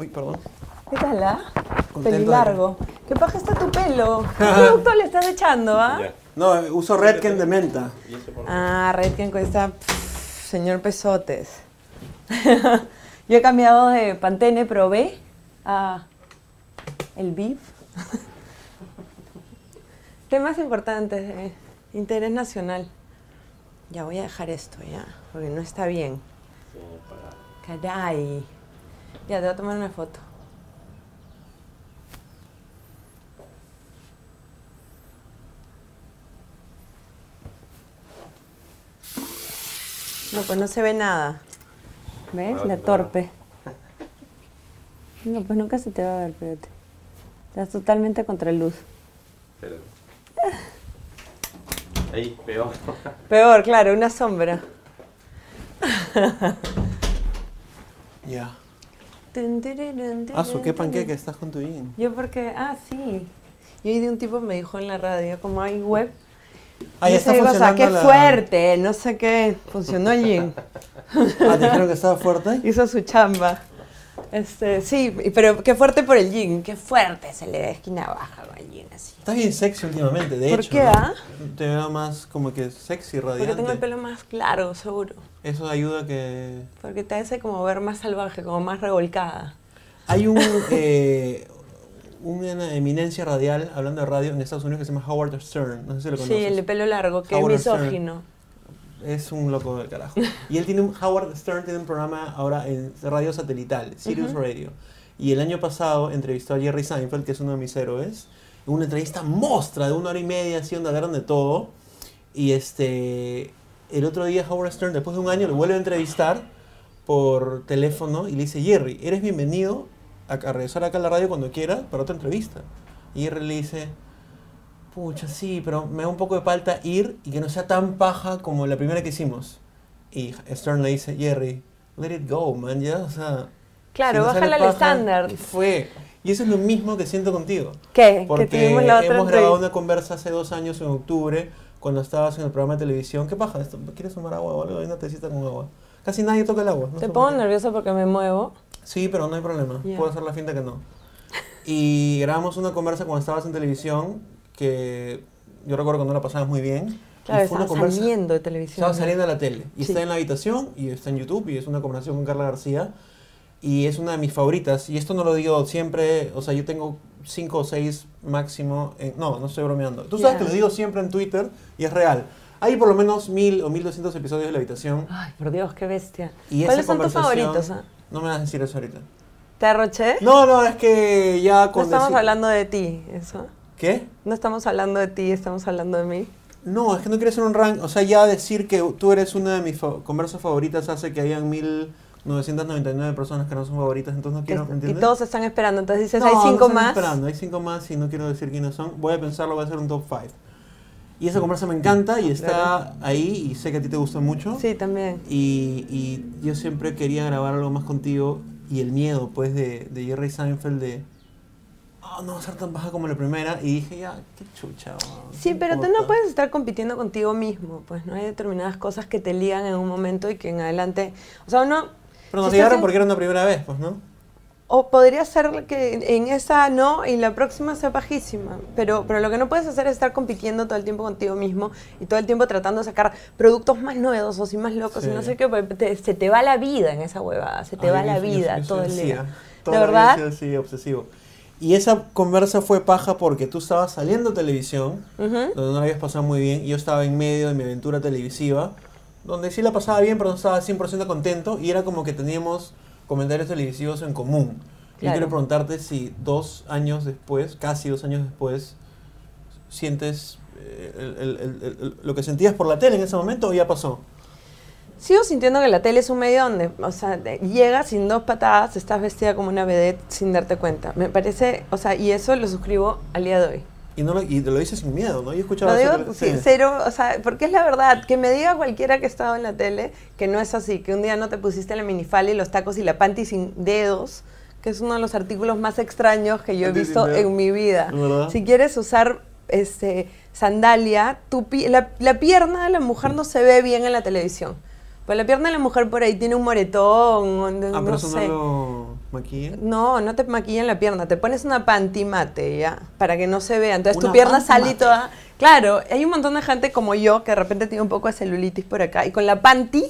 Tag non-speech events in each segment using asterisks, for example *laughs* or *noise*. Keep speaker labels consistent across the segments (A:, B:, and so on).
A: Uy, perdón.
B: ¿Qué tal, ah?
A: Contento
B: Pelilargo. ¿Qué paja está tu pelo? ¿Qué producto le estás echando, ah?
A: No, eh, uso Redken de menta.
B: Ah, Redken con esta... pff, señor Pesotes. *laughs* Yo he cambiado de Pantene Pro B a el BIF. *laughs* Temas importantes de interés nacional. Ya voy a dejar esto, ya, porque no está bien. Caray. Ya, te voy a tomar una foto. No, pues no se ve nada.
A: Ah,
B: ¿Ves? La torpe. No, pues nunca se te va a ver, espérate. Estás totalmente contra luz.
C: Pero- Ahí, peor.
B: Peor, claro, una sombra.
A: Ya.
B: Tun, tururun,
A: Ah, su
B: turun,
A: qué
B: turun.
A: panqueque, estás con tu bien.
B: Yo porque, ah, sí. Yo hoy de un tipo me dijo en la radio, como hay web.
A: Ah,
B: yo
A: ya está
B: sé, digo,
A: funcionando
B: O sea, qué
A: la-
B: fuerte, no sé qué.
A: *laughs*
B: Funcionó Jim.
A: Ah, ¿te dijeron que estaba fuerte.
B: *laughs* Hizo su chamba. Este, sí, y- pero qué fuerte por el jean, qué fuerte se le da esquina baja con el jean así.
A: Estás bien sexy últimamente, de
B: ¿Por
A: hecho.
B: qué,
A: ¿no?
B: ah?
A: Te veo más como que sexy, radiante.
B: Porque tengo el pelo más claro, seguro.
A: Eso ayuda a que...
B: Porque te hace como ver más salvaje, como más revolcada.
A: Hay un... eh, una eminencia radial, hablando de radio, en Estados Unidos que se llama Howard Stern. No sé si lo
B: Sí,
A: conoces.
B: el de pelo largo, que
A: Howard
B: es
A: Stern.
B: misógino.
A: Es un loco del carajo. Y él tiene un, Howard Stern tiene un programa ahora en radio satelital, Sirius Radio. Y el año pasado entrevistó a Jerry Seinfeld, que es uno de mis héroes. Una entrevista mostra de una hora y media, así donde hablaron de todo. Y este, el otro día Howard Stern, después de un año, lo vuelve a entrevistar por teléfono y le dice, Jerry, eres bienvenido a, a regresar acá a la radio cuando quieras para otra entrevista. Y Jerry le dice, pucha, sí, pero me da un poco de falta ir y que no sea tan paja como la primera que hicimos. Y Stern le dice, Jerry, let it go, man, ya, o sea...
B: Claro,
A: si no sale
B: bájale al
A: paja,
B: estándar.
A: y Fue. Y eso es lo mismo que siento contigo.
B: ¿Qué? Que
A: Porque
B: tuvimos la otra
A: hemos grabado
B: entrevista.
A: una conversa hace dos años en octubre, cuando estabas en el programa de televisión. ¿Qué paja? Esto? ¿Quieres tomar agua o algo? Hay una tecita con agua. Casi nadie toca el agua. no sé
B: Te
A: por
B: pongo
A: qué.
B: nerviosa porque me muevo.
A: Sí, pero no hay problema.
B: Ya.
A: Puedo hacer la finta que no. Y grabamos una conversa cuando estabas en televisión, que yo recuerdo cuando la pasabas muy bien. y
B: Claro,
A: fue una
B: estaba
A: conversa-
B: saliendo de televisión.
A: estaba saliendo a la tele. Y
B: Sí.
A: está en la habitación y está en YouTube y es una conversación con Carla García. Y es una de mis favoritas. Y esto no lo digo siempre. O sea, yo tengo cinco o seis máximo. en- no, no estoy bromeando. Tú sabes
B: Ya.
A: que lo digo siempre en Twitter y es real. Hay por lo menos mil o mil doscientos episodios de la habitación.
B: Ay, por Dios, qué bestia.
A: Y esa
B: ¿Cuáles son tus
A: conversación-
B: favoritos? ah?
A: No me vas a decir eso ahorita.
B: ¿Te arroché?
A: No, no, es que ya
B: No
A: con
B: estamos
A: decir-
B: hablando de ti, eso.
A: ¿Qué?
B: No estamos hablando de ti, estamos hablando de mí.
A: No, es que no quiero hacer un rank. O sea, ya decir que tú eres una de mis fa- conversas favoritas hace que hayan 1999 personas que no son favoritas, entonces no
B: Que-
A: quiero,
B: y
A: ¿entiendes?
B: todos están esperando, entonces dices,
A: No,
B: hay
A: no
B: cinco
A: están
B: más.
A: esperando, hay cinco más y no quiero decir quiénes son. Voy a pensarlo, voy a hacer un top 5. Y esa conversa me encanta y está
B: Claro.
A: ahí y sé que a ti te gusta mucho.
B: Sí, también.
A: Y, y yo siempre quería grabar algo más contigo y el miedo, pues, de, de Jerry Seinfeld de... "Ah, no va a ser tan baja como la primera. Y dije, ya, qué chucha. weón,
B: Sí,
A: no
B: pero tú no
A: importa".
B: puedes estar compitiendo contigo mismo, pues no hay determinadas cosas que te ligan en un momento y que en adelante, o sea, uno
A: Pero nos
B: si estás
A: llegaron
B: en-
A: porque era una primera vez, pues, ¿no?
B: o podría ser que en- en esa no y la próxima sea bajísima, pero pero lo que no puedes hacer es estar compitiendo todo el tiempo contigo mismo y todo el tiempo tratando de sacar productos más novedosos y más locos y
A: Sí.
B: no sé qué, porque te- se te va la vida en esa huevada, se te
A: Ay,
B: va
A: yo
B: la
A: soy- yo
B: vida
A: soy- yo
B: todo
A: soy
B: el
A: así,
B: día.
A: ¿ah?
B: ¿De
A: Toda la vida
B: verdad?
A: he sido así, obsesivo. Y esa conversa fue paja porque tú estabas saliendo de televisión,
B: Ujú.
A: donde no la habías pasado muy bien, y yo estaba en medio de mi aventura televisiva, donde sí la pasaba bien, pero no estaba 100% contento, y era como que teníamos comentarios televisivos en común. Yo
B: Claro.
A: quiero preguntarte si dos años después, casi dos años después, sientes eh, el- el- el- el- lo que sentías por la tele en ese momento o ya pasó.
B: Sigo sintiendo que la tele es un medio donde, o sea, de- llegas sin dos patadas, estás vestida como una vedette sin darte cuenta. Me parece, o sea, y eso lo suscribo al día de hoy.
A: Y, no lo, y lo dices sin miedo, ¿no? Yo escuchaba
B: Lo
A: eso que-
B: digo sincero, o sea, porque es la verdad, que me diga cualquiera que ha estado en la tele que no es así, que un día no te pusiste la minifalda y los tacos y la panty sin dedos, que es uno de los artículos más extraños que yo he
A: Panty sin
B: visto
A: dedos.
B: en mi vida.
A: ¿Verdad?
B: Si quieres usar este sandalia, tu pi- la, la pierna de la mujer no se ve bien en la televisión. Pues la pierna de la mujer por ahí tiene un moretón, o no,
A: Ah, pero
B: no
A: eso no
B: sé.
A: lo... ¿Maquillan?
B: No, no te maquillan la pierna, te pones una panty mate, ¿ya? Para que no se vea. Entonces tu
A: Una
B: pierna
A: panty
B: sale y
A: mate.
B: toda. Claro, hay un montón de gente como yo que de repente tiene un poco de celulitis por acá. Y con la panty,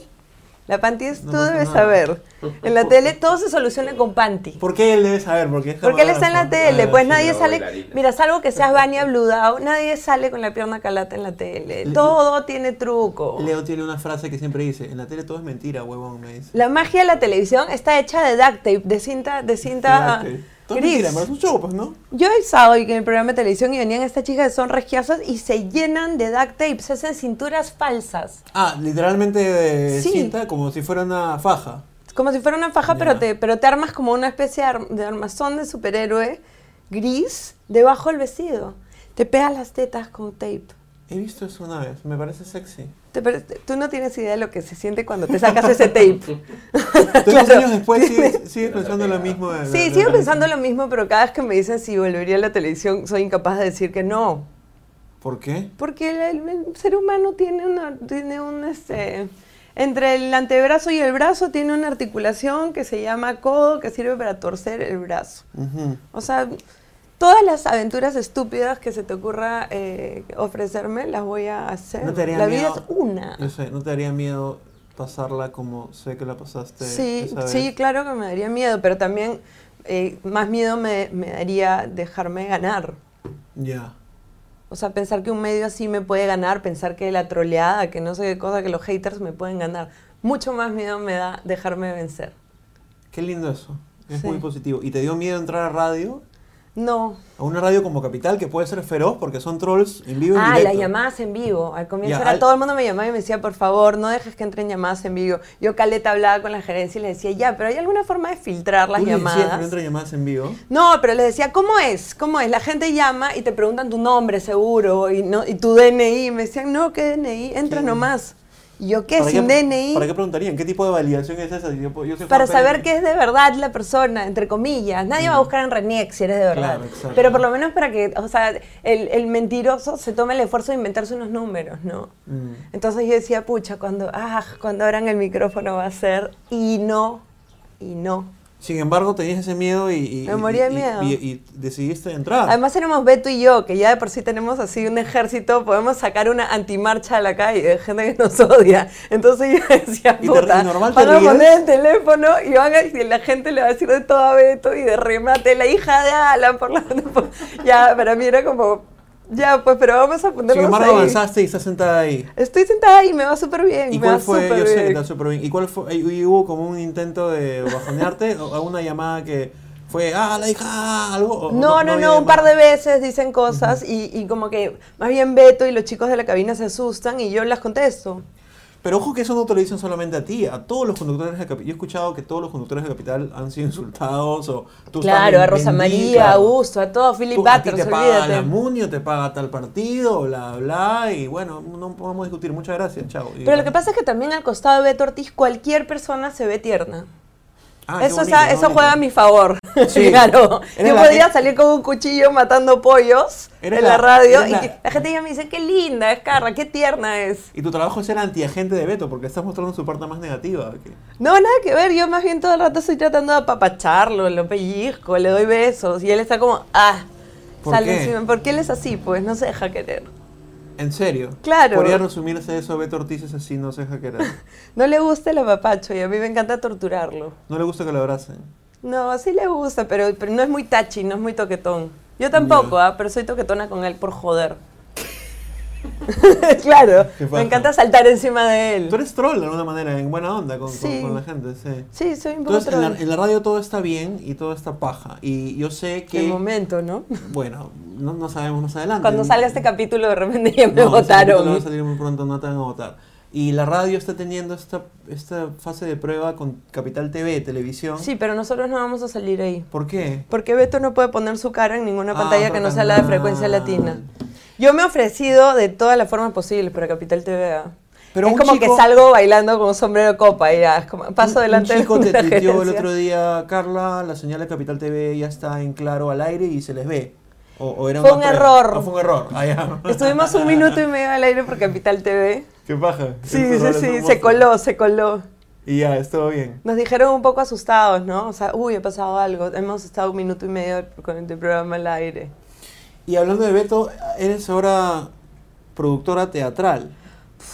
B: la panty es,
A: No
B: tú
A: pasa
B: debes
A: nada.
B: saber. En la tele todo se soluciona con panty.
A: ¿Por qué él debe saber? Porque, es
B: Porque él está en la
A: camarógrafo.
B: tele,
A: Ah,
B: pues
A: sí.
B: nadie
C: no,
B: sale.
C: bailarina.
B: Mira, salvo que seas Vania Bludao, nadie sale con la pierna calata en la tele.
A: Le-
B: Todo tiene truco.
A: Leo tiene una frase que siempre dice, en la tele todo es mentira, huevón, me dice.
B: La magia de la televisión está hecha de duct tape, de cinta, de cinta
A: Fíjate. Todo es
B: gris.
A: mentira, pero es un show, pues, ¿no?
B: Yo el sábado vi que en el programa de televisión y venían estas chicas que son regiazas y se llenan de duct tape, se hacen cinturas falsas.
A: Ah, literalmente de
B: Sí.
A: cinta, como si fuera una faja.
B: Como si fuera una faja,
A: Ya.
B: pero te, pero te armas como una especie de, ar- de armazón de superhéroe gris debajo del vestido. Te pegas las tetas con tape.
A: He visto eso una vez, me parece
B: *laughs*
A: sexy.
B: Te- pero te- tú no tienes idea de lo que se siente cuando te sacas
A: *laughs*
B: ese tape.
A: Entonces,
B: Claro.
A: años después
B: *laughs*
A: sigues, sigues pensando lo mismo. de- de-
B: Sí,
A: de-
B: sigo pensando lo mismo, pero cada vez que me dicen si volvería a la televisión, soy incapaz de decir que no.
A: ¿Por qué?
B: Porque el, el- el ser humano tiene una, tiene un este, entre el antebrazo y el brazo tiene una articulación que se llama codo que sirve para torcer el brazo.
A: Ujú.
B: O sea, todas las aventuras estúpidas que se te ocurra eh, ofrecerme las voy a hacer.
A: ¿No te haría
B: La vida
A: miedo?
B: es una.
A: No sé, ¿no te daría miedo pasarla como sé que la pasaste
B: Sí,
A: este, esa
B: sí,
A: vez?
B: claro que me daría miedo, pero también eh, más miedo me, me daría dejarme ganar.
A: Ya.
B: O sea, pensar que un medio así me puede ganar, pensar que la troleada, que no sé qué cosa, que los haters me pueden ganar. Mucho más miedo me da dejarme vencer.
A: Qué lindo eso. Es
B: Sí.
A: muy positivo. ¿Y te dio miedo entrar a radio?
B: No.
A: A una radio como Capital que puede ser feroz porque son trolls en vivo y en
B: Ah, las
A: directo.
B: llamadas en vivo. Al comienzo
A: Ya,
B: era
A: al-
B: todo el mundo me llamaba y me decía, por favor, no dejes que entren llamadas en vivo. Yo caleta hablaba con la gerencia y les decía, ya, pero hay alguna forma de filtrar las
A: ¿Tú le decías que
B: llamadas.
A: no entran llamadas en vivo?
B: No, pero les decía, ¿cómo es? ¿Cómo es? La gente llama y te preguntan tu nombre seguro y, no, y tu DNI. Y me decían, no, ¿qué DNI? Entra
A: Sí.
B: nomás. Y yo, ¿qué?
A: ¿Para
B: ¿Sin DNI?
A: ¿Para qué preguntarían? ¿Qué tipo de validación es esa? Si yo puedo- yo soy
B: Para
A: Juan Pérez.
B: saber que es de verdad la persona, entre comillas. Nadie va a buscar en Reniex si eres de verdad.
A: Claro, exacto.
B: Pero por lo menos para que, o sea, el, el mentiroso se tome el esfuerzo de inventarse unos números, ¿no?
A: Mm.
B: Entonces yo decía, pucha, cuando, ah, cuando abran el micrófono va a ser, y no, y no.
A: Sin embargo, tenías ese miedo y... y-
B: Me
A: y-
B: moría de
A: y-
B: miedo.
A: Y, y decidiste entrar.
B: Además éramos Beto y yo, que ya de por sí tenemos así un ejército, podemos sacar una antimarcha a la calle de gente que nos odia. Entonces yo decía,
A: Y te-
B: puta,
A: y normal te
B: van a
A: ríes.
B: poner el teléfono y van a, y la gente le va a decir de todo a Beto y de remate, la hija de Alan, por la... *laughs* ya, para mí era como, ya, pues, pero vamos a
A: Sin
B: ponernos
A: embargo,
B: ahí.
A: avanzaste y estás sentada ahí.
B: Estoy sentada y me va súper bien,
A: ¿Y
B: me va
A: cuál fue?
B: súper
A: Yo sé que
B: bien.
A: te va súper bien. ¿Y cuál fue? ¿Y hubo como un intento de bajonearte? ¿O o una llamada que fue, ah, la hija, ah", algo? ¿O
B: No, no, no,
A: había
B: un par de
A: llamada?
B: veces dicen cosas y, y como que más bien Beto y los chicos de la cabina se asustan y yo las contesto.
A: Pero ojo que eso no te lo dicen solamente a ti, a todos los conductores de Capital. Yo he escuchado que todos los conductores de Capital han sido insultados o tú
B: Claro,
A: estás
B: a Rosa
A: bendita,
B: María, a Augusto, a todo, Philip
A: tú- a ti
B: Butters,
A: te paga la
B: olvídate.
A: Muni o te paga tal partido, bla, bla, y bueno, no podemos discutir. Muchas gracias, chao. Y
B: Pero lo
A: bueno.
B: que pasa es que también al costado de Beto Ortiz cualquier persona se ve tierna.
A: Ah, qué
B: eso
A: bonito,
B: sa-
A: qué
B: eso
A: bonito.
B: juega a mi favor. *laughs*
A: Sí.
B: claro.
A: Eres
B: Yo
A: la-
B: podría
A: eh-
B: salir con un cuchillo matando pollos
A: Eres
B: en la,
A: la-
B: radio
A: eres
B: y
A: la-
B: que- la gente ya me dice, qué linda es Carla, qué tierna es.
A: Y tu trabajo es ser antiagente de Beto, porque estás mostrando su parte más negativa. que-
B: No, nada que ver, yo más bien todo el rato estoy tratando de apapacharlo, lo pellizco, le doy besos y él está como, ah,
A: ¿Por
B: sale
A: qué?
B: encima. ¿Por qué él es así? Pues no se deja querer.
A: En serio.
B: Claro.
A: Podría resumirse eso, Beto Ortiz es así, no se deja querer.
B: No le gusta el apapacho y a mí me encanta torturarlo.
A: No le gusta que lo abracen.
B: No, sí le gusta, pero, pero no es muy tachi, no es muy toquetón. Yo tampoco,
A: Ya.
B: ¿ah? pero soy toquetona con él por joder. *laughs* claro,
A: Qué
B: me
A: paja.
B: encanta saltar encima de él.
A: Tú eres troll de alguna manera, en buena onda con, con-
B: Sí.
A: con la gente, sí.
B: Sí, soy un poco
A: Entonces, en la,
B: troll.
A: en la radio todo está bien y todo está paja. Y yo sé
B: De
A: que. Ah,
B: momento, ¿no?
A: Bueno, no, no sabemos más adelante.
B: Cuando salga este capítulo, de repente ya me
A: No, ese capítulo va a
B: votaron.
A: salir muy pronto, no te van a votar. Y la radio está teniendo esta, esta fase de prueba con Capital TV, televisión.
B: Sí, pero nosotros no vamos a salir ahí.
A: ¿Por qué?
B: Porque Beto no puede poner su cara en ninguna
A: Ah,
B: pantalla que
A: otro
B: no sea la de frecuencia
A: canal.
B: latina. Yo me he ofrecido de todas las formas posibles para Capital TV. ¿ah?
A: Pero
B: es
A: un
B: como que
A: chico-
B: salgo bailando con un sombrero de copa y ya, es como, paso
A: Un-
B: delante
A: un chico
B: *laughs* de
A: te
B: una
A: tuiteó el
B: agencia.
A: otro día, Carla, la señal de Capital TV ya está en claro al aire y se les ve. O, o era
B: Fue
A: una
B: un
A: prueba.
B: error.
A: Ah, fue un error. Ah, ya.
B: Estuvimos un minuto y medio al aire por Capital TV.
A: *laughs* ¿Qué paja? Esos
B: Sí, sí,
A: errores son
B: sí,
A: hermosos.
B: se coló, se coló.
A: Y ya, estuvo bien.
B: Nos dijeron un poco asustados, ¿no? O sea, uy, ha pasado algo. Hemos estado un minuto y medio con el programa al aire.
A: Y hablando de Beto, eres ahora productora teatral.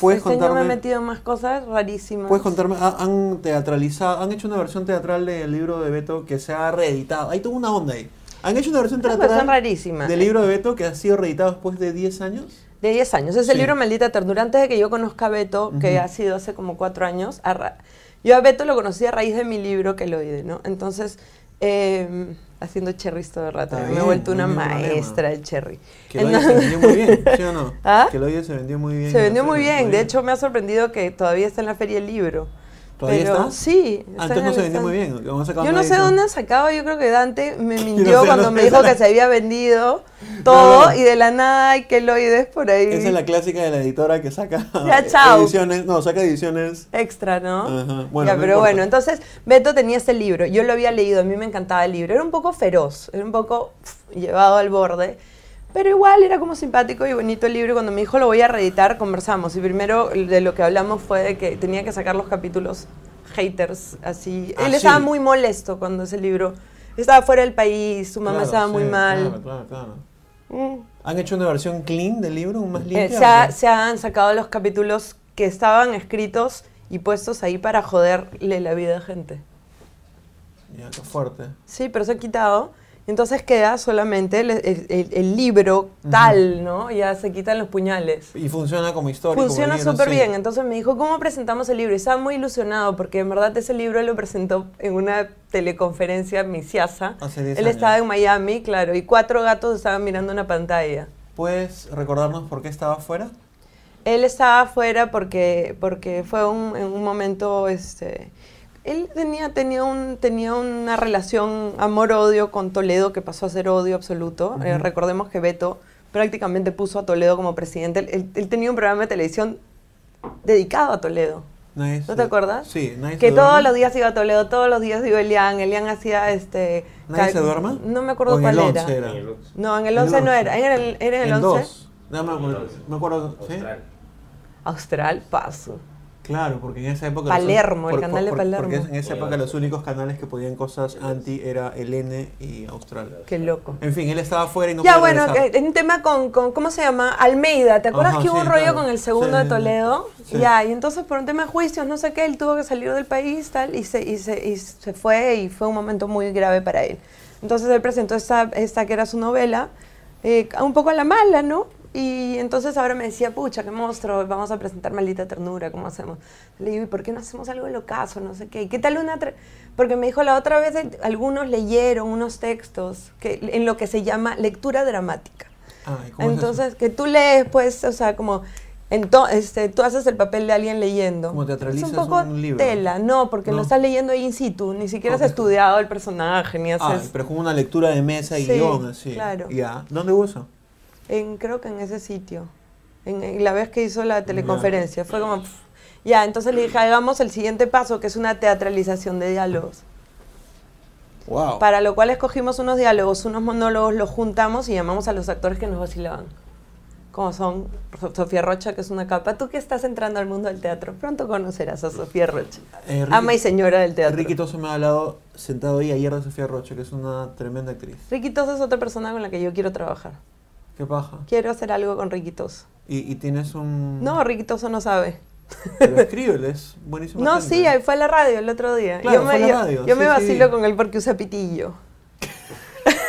A: ¿Puedes
B: este año me he
A: contarme,
B: metido en más cosas rarísimas.
A: puedes contarme ha- han teatralizado, han hecho una versión teatral del libro de Beto que se ha reeditado? Ahí tuvo una onda ahí. ¿Han hecho una versión
B: Una versión
A: teatral
B: rarísima.
A: del libro de Beto que ha sido reeditado después de 10 años?
B: De 10 años. Es el
A: Sí.
B: libro Maldita Ternura. Antes de que yo conozca a Beto, que
A: Ujú.
B: ha sido hace como 4 años, a ra- yo a Beto lo conocí a raíz de mi libro que lo oí, ¿no? Entonces, eh, haciendo cherries todo el rato.
A: Está
B: me he
A: bien,
B: vuelto
A: no
B: una
A: hay ningún problema.
B: maestra del cherry.
A: Que lo se
B: Entonces-
A: vendió muy bien, ¿sí o no?
B: *laughs* ¿Ah?
A: Que lo se vendió muy bien.
B: Se
A: en la
B: vendió muy
A: feria,
B: bien. De hecho, me ha sorprendido que todavía está en la feria el libro.
A: ¿Todavía
B: Pero-
A: está?
B: Sí.
A: Ah,
B: está en
A: entonces no
B: el
A: se vendió
B: stand.
A: muy bien. aún sacaban
B: Yo no
A: una
B: sé
A: edición.
B: dónde ha sacado, yo creo que Dante
A: *laughs*
B: me
A: sé
B: mintió cuando
A: dónde
B: me dijo
A: sale.
B: que se había vendido todo
A: No.
B: y de la nada hay queloides por ahí.
A: Esa es la clásica de la editora que saca
B: *laughs*
A: eh,
B: Ya, chao.
A: ediciones. No, saca ediciones.
B: extra, ¿no?
A: Ajá, bueno,
B: Ya,
A: no
B: pero
A: importa.
B: bueno, entonces Beto tenía ese libro, yo lo había leído, a mí me encantaba el libro, era un poco feroz, era un poco pf, llevado al borde, pero igual era como simpático y bonito el libro, y cuando me dijo lo voy a reeditar, conversamos, y primero de lo que hablamos fue de que tenía que sacar los capítulos haters, así,
A: Ah,
B: él
A: sí.
B: estaba muy molesto cuando ese libro, estaba fuera del país, su mamá
A: Claro,
B: estaba muy
A: sí,
B: mal.
A: Claro, claro, claro.
B: Mm.
A: ¿Han hecho una versión clean del libro? ¿Un más
B: Eh,
A: limpia?
B: se, ha-
A: o qué?
B: se han sacado los capítulos que estaban escritos y puestos ahí para joderle la vida a gente.
A: Ya, qué fuerte.
B: Sí, pero se ha quitado. Entonces queda solamente el, el- el- el libro tal, ¿no? Ya se quitan los puñales.
A: Y funciona como historia. como
B: Funciona
A: libro,
B: súper
A: sí.
B: bien. Entonces me dijo, ¿cómo presentamos el libro? Y estaba muy ilusionado porque en verdad ese libro lo presentó en una teleconferencia misiasa.
A: Hace 10
B: Él
A: años.
B: estaba en Miami, claro, y cuatro gatos estaban mirando una pantalla.
A: ¿Puedes recordarnos por qué estaba afuera?
B: Él estaba afuera porque, porque fue un, en un momento, este, él tenía, tenía, un, tenía una relación amor-odio con Toledo que pasó a ser odio absoluto. Eh,
A: Ujú.
B: recordemos que Beto prácticamente puso a Toledo como presidente. Él- Él, él tenía un programa de televisión dedicado a Toledo.
A: Nadie
B: ¿No
A: se-
B: te acuerdas?
A: Sí, nadie
B: Que
A: se duerme.
B: todos los días iba a Toledo, todos los días iba Elian, Elian hacía este...
A: ¿Nadie
B: cal-
A: se duerma?
B: No me acuerdo
A: ¿O en
B: cuál
A: el
B: era.
A: 11 era?
C: En el otro.
B: No, en el
A: El
B: 11 no
A: 11.
B: era, era en el, era en el 11.
A: dos. No, me acuerdo. Me acuerdo ¿sí?
C: Austral.
B: Austral, paso.
A: Claro, porque en esa época...
B: Palermo, el
A: por-
B: canal de
A: por-
B: Palermo.
A: Porque en esa época los únicos canales que podían cosas anti era el N y Austral.
B: Qué loco.
A: En fin, él estaba afuera y no
B: ya,
A: pudo
B: bueno,
A: regresar.
B: que- en tema con, con- ¿cómo se llama? Almeida, ¿te acuerdas
A: Ajá,
B: que hubo
A: sí,
B: un rollo
A: claro.
B: con el
A: Sí,
B: segundo de
A: sí,
B: Toledo?
A: sí.
B: Ya, y entonces por un tema de juicios, no sé qué, él tuvo que salir del país, tal, y se, y se, y se fue, y fue un momento muy grave para él. Entonces él presentó esta, esta que era su novela, eh, un poco a la mala, ¿no? Y entonces ahora me decía, pucha, qué monstruo, vamos a presentar Maldita Ternura, ¿cómo hacemos? Le digo, ¿y por qué no hacemos algo locazo? No sé qué. ¿Y ¿Qué tal una...? tra- Porque me dijo la otra vez, eh, algunos leyeron unos textos que, en lo que se llama lectura dramática.
A: Ah, ¿y cómo es eso?
B: Entonces, que tú lees, pues, o sea, como... ento- este, tú haces el papel de alguien leyendo.
A: Como teatralizas
B: es un poco
A: un libro.
B: tela, no, porque lo
A: No.
B: estás leyendo ahí in situ, ni siquiera has
A: Ok.
B: estudiado el personaje, ni
A: Ah,
B: haces...
A: pero es como una lectura de mesa y
B: Sí,
A: guión, así.
B: claro.
A: Ya. ¿Dónde uso?
B: En, creo que en ese sitio. En, en la vez que hizo la teleconferencia. Fue como. pf. Ya, entonces le dije, hagamos el siguiente paso, que es una teatralización de diálogos.
A: Wow.
B: Para lo cual escogimos unos diálogos, unos monólogos, los juntamos y llamamos a los actores que nos vacilaban. Como son So- Sofía Rocha, que es una capa. Tú que estás entrando al mundo del teatro, pronto conocerás a Sofía Rocha.
A: Eh, Ricky-
B: Ama y señora del teatro.
A: Ricky Toso me ha hablado sentado ahí ayer de Sofía Rocha, que es una tremenda actriz.
B: Riquitos es otra persona con la que yo quiero trabajar.
A: Qué paja.
B: Quiero hacer algo con Riquitos.
A: Y, y tienes un...
B: No, Riquitoso no sabe.
A: Pero escríbele, es buenísimo.
B: No, sí, ahí fue a la radio el otro día.
A: Claro,
B: yo me,
A: fue a la
B: yo-
A: radio,
B: yo
A: sí,
B: me
A: sí.
B: vacilo con él porque usa pitillo. *laughs*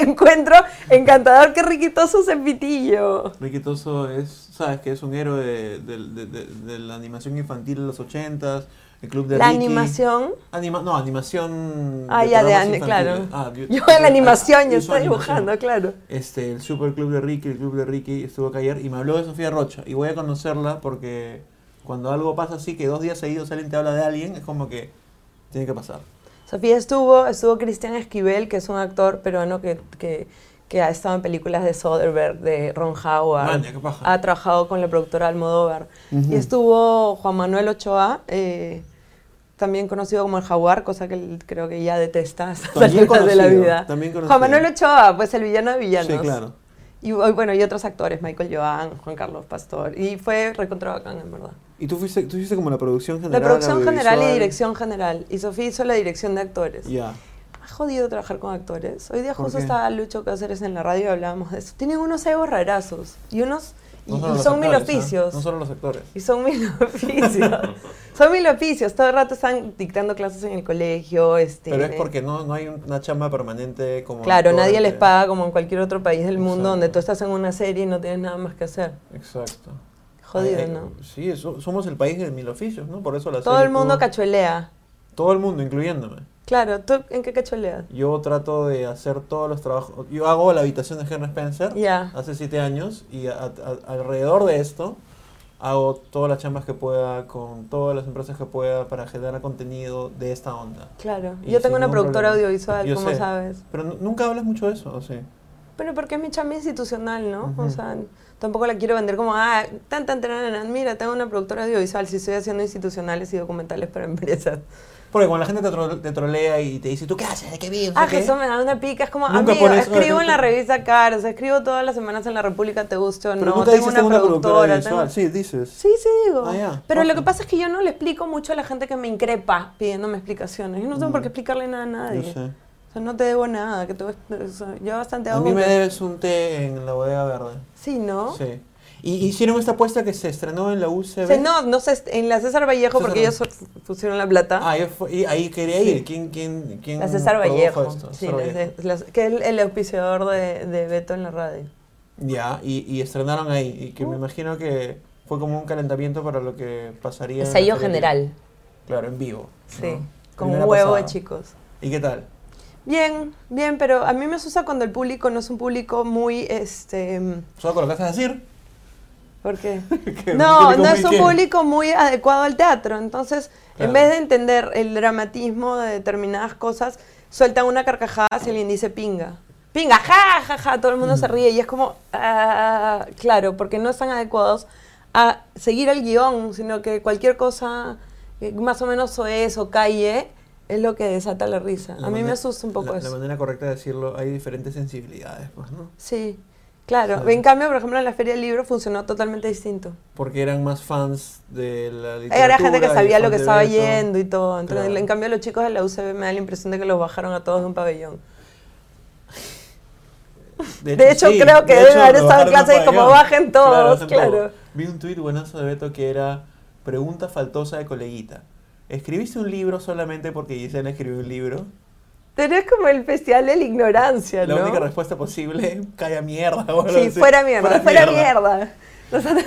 B: Encuentro encantador que riquitoso use pitillo.
A: Ricky Toso es, sabes que es un héroe de, de- de- de- de la animación infantil de los ochentas, el club de
B: La
A: Ricky.
B: animación.
A: Anima- no, animación...
B: Ah, ya, de
A: programas
B: ani-
A: infantiles.
B: claro.
A: Ah, yo,
B: Yo en la animación,
A: hizo
B: yo estoy
A: animación.
B: dibujando, claro.
A: este, el Super Club de Ricky, el Club de Ricky estuvo acá ayer y me habló de Sofía Rocha y voy a conocerla porque cuando algo pasa así que dos días seguidos alguien te habla de alguien es como que tiene que pasar.
B: Sofía estuvo, estuvo Cristian Esquivel, que es un actor peruano que, que, que ha estado en películas de Soderbergh, de Ron Howard.
A: Maña, qué paja.
B: Ha trabajado con la productora Almodóvar.
A: Ujú.
B: Y estuvo Juan Manuel Ochoa, eh, también conocido como el Jaguar, cosa que él creo que ya detesta *laughs* a estas
A: También
B: alturas de la
A: conocido,
B: vida.
A: también
B: Juan
A: conocido.
B: Manuel Ochoa, pues el villano de villanos.
A: Sí, claro.
B: Y bueno, y otros actores, Michael Joan, Juan Carlos Pastor. Y fue recontra bacán, en verdad.
A: Y tú fuiste, tú hiciste como la producción general.
B: La producción general y
A: audiovisual.
B: dirección general. Y Sofía hizo la dirección de actores.
A: Ya.
B: Ha jodido trabajar con actores. Hoy día
A: ¿Por
B: justo
A: qué?
B: estaba Lucho Cáceres en la radio y hablábamos de eso. Tienen unos egos rarazos. Y unos... Y,
A: No
B: y
A: solo los
B: son mil
A: actores, ¿ah?
B: oficios.
A: No solo los actores.
B: Y son mil *laughs* oficios. son mil oficios. Todo el rato están dictando clases en el colegio. Este,
A: Pero es
B: eh,
A: porque no, no hay una chamba permanente como. este
B: Claro,
A: actor,
B: nadie les
A: que-
B: paga como en cualquier otro país del mundo
A: Exacto.
B: donde tú estás en una serie y no tienes nada más que hacer.
A: Exacto.
B: Jodido,
A: Ay, eh, ay,
B: ¿no?
A: Sí, eso- somos el país de mil oficios, ¿no? Por eso la
B: Todo
A: serie
B: el mundo
A: tuvo-
B: cachuelea.
A: Todo el mundo, incluyéndome.
B: Claro, ¿tú en qué cachueleas?
A: Yo trato de hacer todos los trabajos. Yo hago la habitación de Henry Spencer
B: Ya.
A: hace siete años y a- a- alrededor de esto hago todas las chambas que pueda con todas las empresas que pueda para generar contenido de esta onda.
B: Claro.
A: Y
B: Yo
A: sin
B: tengo una
A: ningún
B: productora
A: problema.
B: audiovisual,
A: Yo
B: como
A: sé.
B: sabes.
A: Pero nu- nunca hablas mucho de eso, ¿o sí?
B: Pero porque es mi chamba institucional, ¿no? O
A: Ujú.
B: sea, tampoco la quiero vender como, ah, tan, tan, tan, tan, tan, mira, tengo una productora audiovisual, si estoy haciendo institucionales y documentales para *laughs* empresas.
A: Porque cuando la gente te, tro- te trolea y te dice, ¿tú qué haces? ¿De qué vives?
B: Ah,
A: ¿Qué?
B: Jesús me da una pica, es como,
A: Nunca
B: amigo,
A: pones-
B: escribo en la
A: Ahora,
B: revista Caras, escribo todas las semanas en La República, te guste o
A: Pero
B: no,
A: nunca
B: tengo
A: dices
B: una
A: tengo una productora
B: productora,
A: visual.
B: tengo...
A: Sí, dices.
B: Sí, sí digo.
A: Ah, ya.
B: Pero lo
A: Ok.
B: que pasa es que yo no le explico mucho a la gente que me increpa pidiéndome explicaciones. Yo no tengo por qué explicarle nada a nadie.
A: Mm. Yo sé.
B: O sea, no te debo nada. Que tú, o sea, yo bastante
A: A
B: hago
A: mí
B: con
A: me
B: que-
A: debes un té en la bodega verde.
B: Sí, ¿no?
A: Sí. Y hicieron esta apuesta que se estrenó en la UCB.
B: O sea, no, no sé, en la César Vallejo,
A: César
B: porque ellos pusieron la plata.
A: Ah, yo fu- y ahí quería
B: Sí.
A: ir. ¿Quién, quién, quién
B: la César
A: produjo
B: Vallejo.
A: esto?
B: Sí,
A: César
B: la
A: Vallejo.
B: Ce- la- que es el, el auspiciador de, de Beto en la radio.
A: Ya, y, y estrenaron ahí. Y
B: Uh.
A: que me imagino que fue como un calentamiento para lo que pasaría. en la
B: Sello
A: serie.
B: general.
A: Claro, en vivo.
B: Sí.
A: ¿no?
B: Con
A: Primera
B: un huevo de
A: pasada.
B: chicos.
A: ¿Y qué tal?
B: Bien, bien, pero a mí me asusta cuando el público no es un público muy, este,
A: ¿Solo colocaste a decir?
B: ¿por qué?
A: *laughs* Que un
B: no,
A: público
B: no
A: muy
B: es un
A: qué.
B: público muy adecuado al teatro. Entonces,
A: Claro.
B: en vez de entender el dramatismo de determinadas cosas, sueltan una carcajada si alguien dice pinga. Pinga, ja, ja, ja, todo el mundo
A: Mm.
B: se ríe y es como, ah, claro, porque no están adecuados a seguir el guión, sino que cualquier cosa, eh, más o menos o es o calle, es lo que desata la risa.
A: La
B: a mí me
A: manera-
B: asusta un poco
A: la,
B: eso.
A: La manera correcta de decirlo, hay diferentes sensibilidades, pues, ¿no?
B: Sí, claro.
A: Sí.
B: En cambio, por ejemplo, en la Feria del Libro funcionó totalmente distinto.
A: Porque eran más fans de la literatura.
B: Era gente que
A: y
B: sabía lo
A: fan
B: que
A: de
B: estaba
A: Beto.
B: yendo y todo. Entonces,
A: Claro.
B: En cambio, los chicos de la UCB me da la impresión de que los bajaron a todos de un pabellón. De hecho,
A: sí.
B: creo que debe
A: hecho,
B: haber
A: lo
B: estado en
A: bajaron
B: clase y
A: un
B: como
A: pabellón.
B: bajen todos,
A: hacen
B: claro.
A: todo. Vi un tuit buenazo de Beto que era pregunta faltosa de coleguita. ¿Escribiste un libro solamente porque Gisela escribió un libro?
B: Pero es como el festival de la ignorancia,
A: La
B: ¿no?
A: única respuesta posible, *laughs* calla mierda. o algo
B: Sí,
A: así.
B: fuera mierda, fuera mierda. Nosotros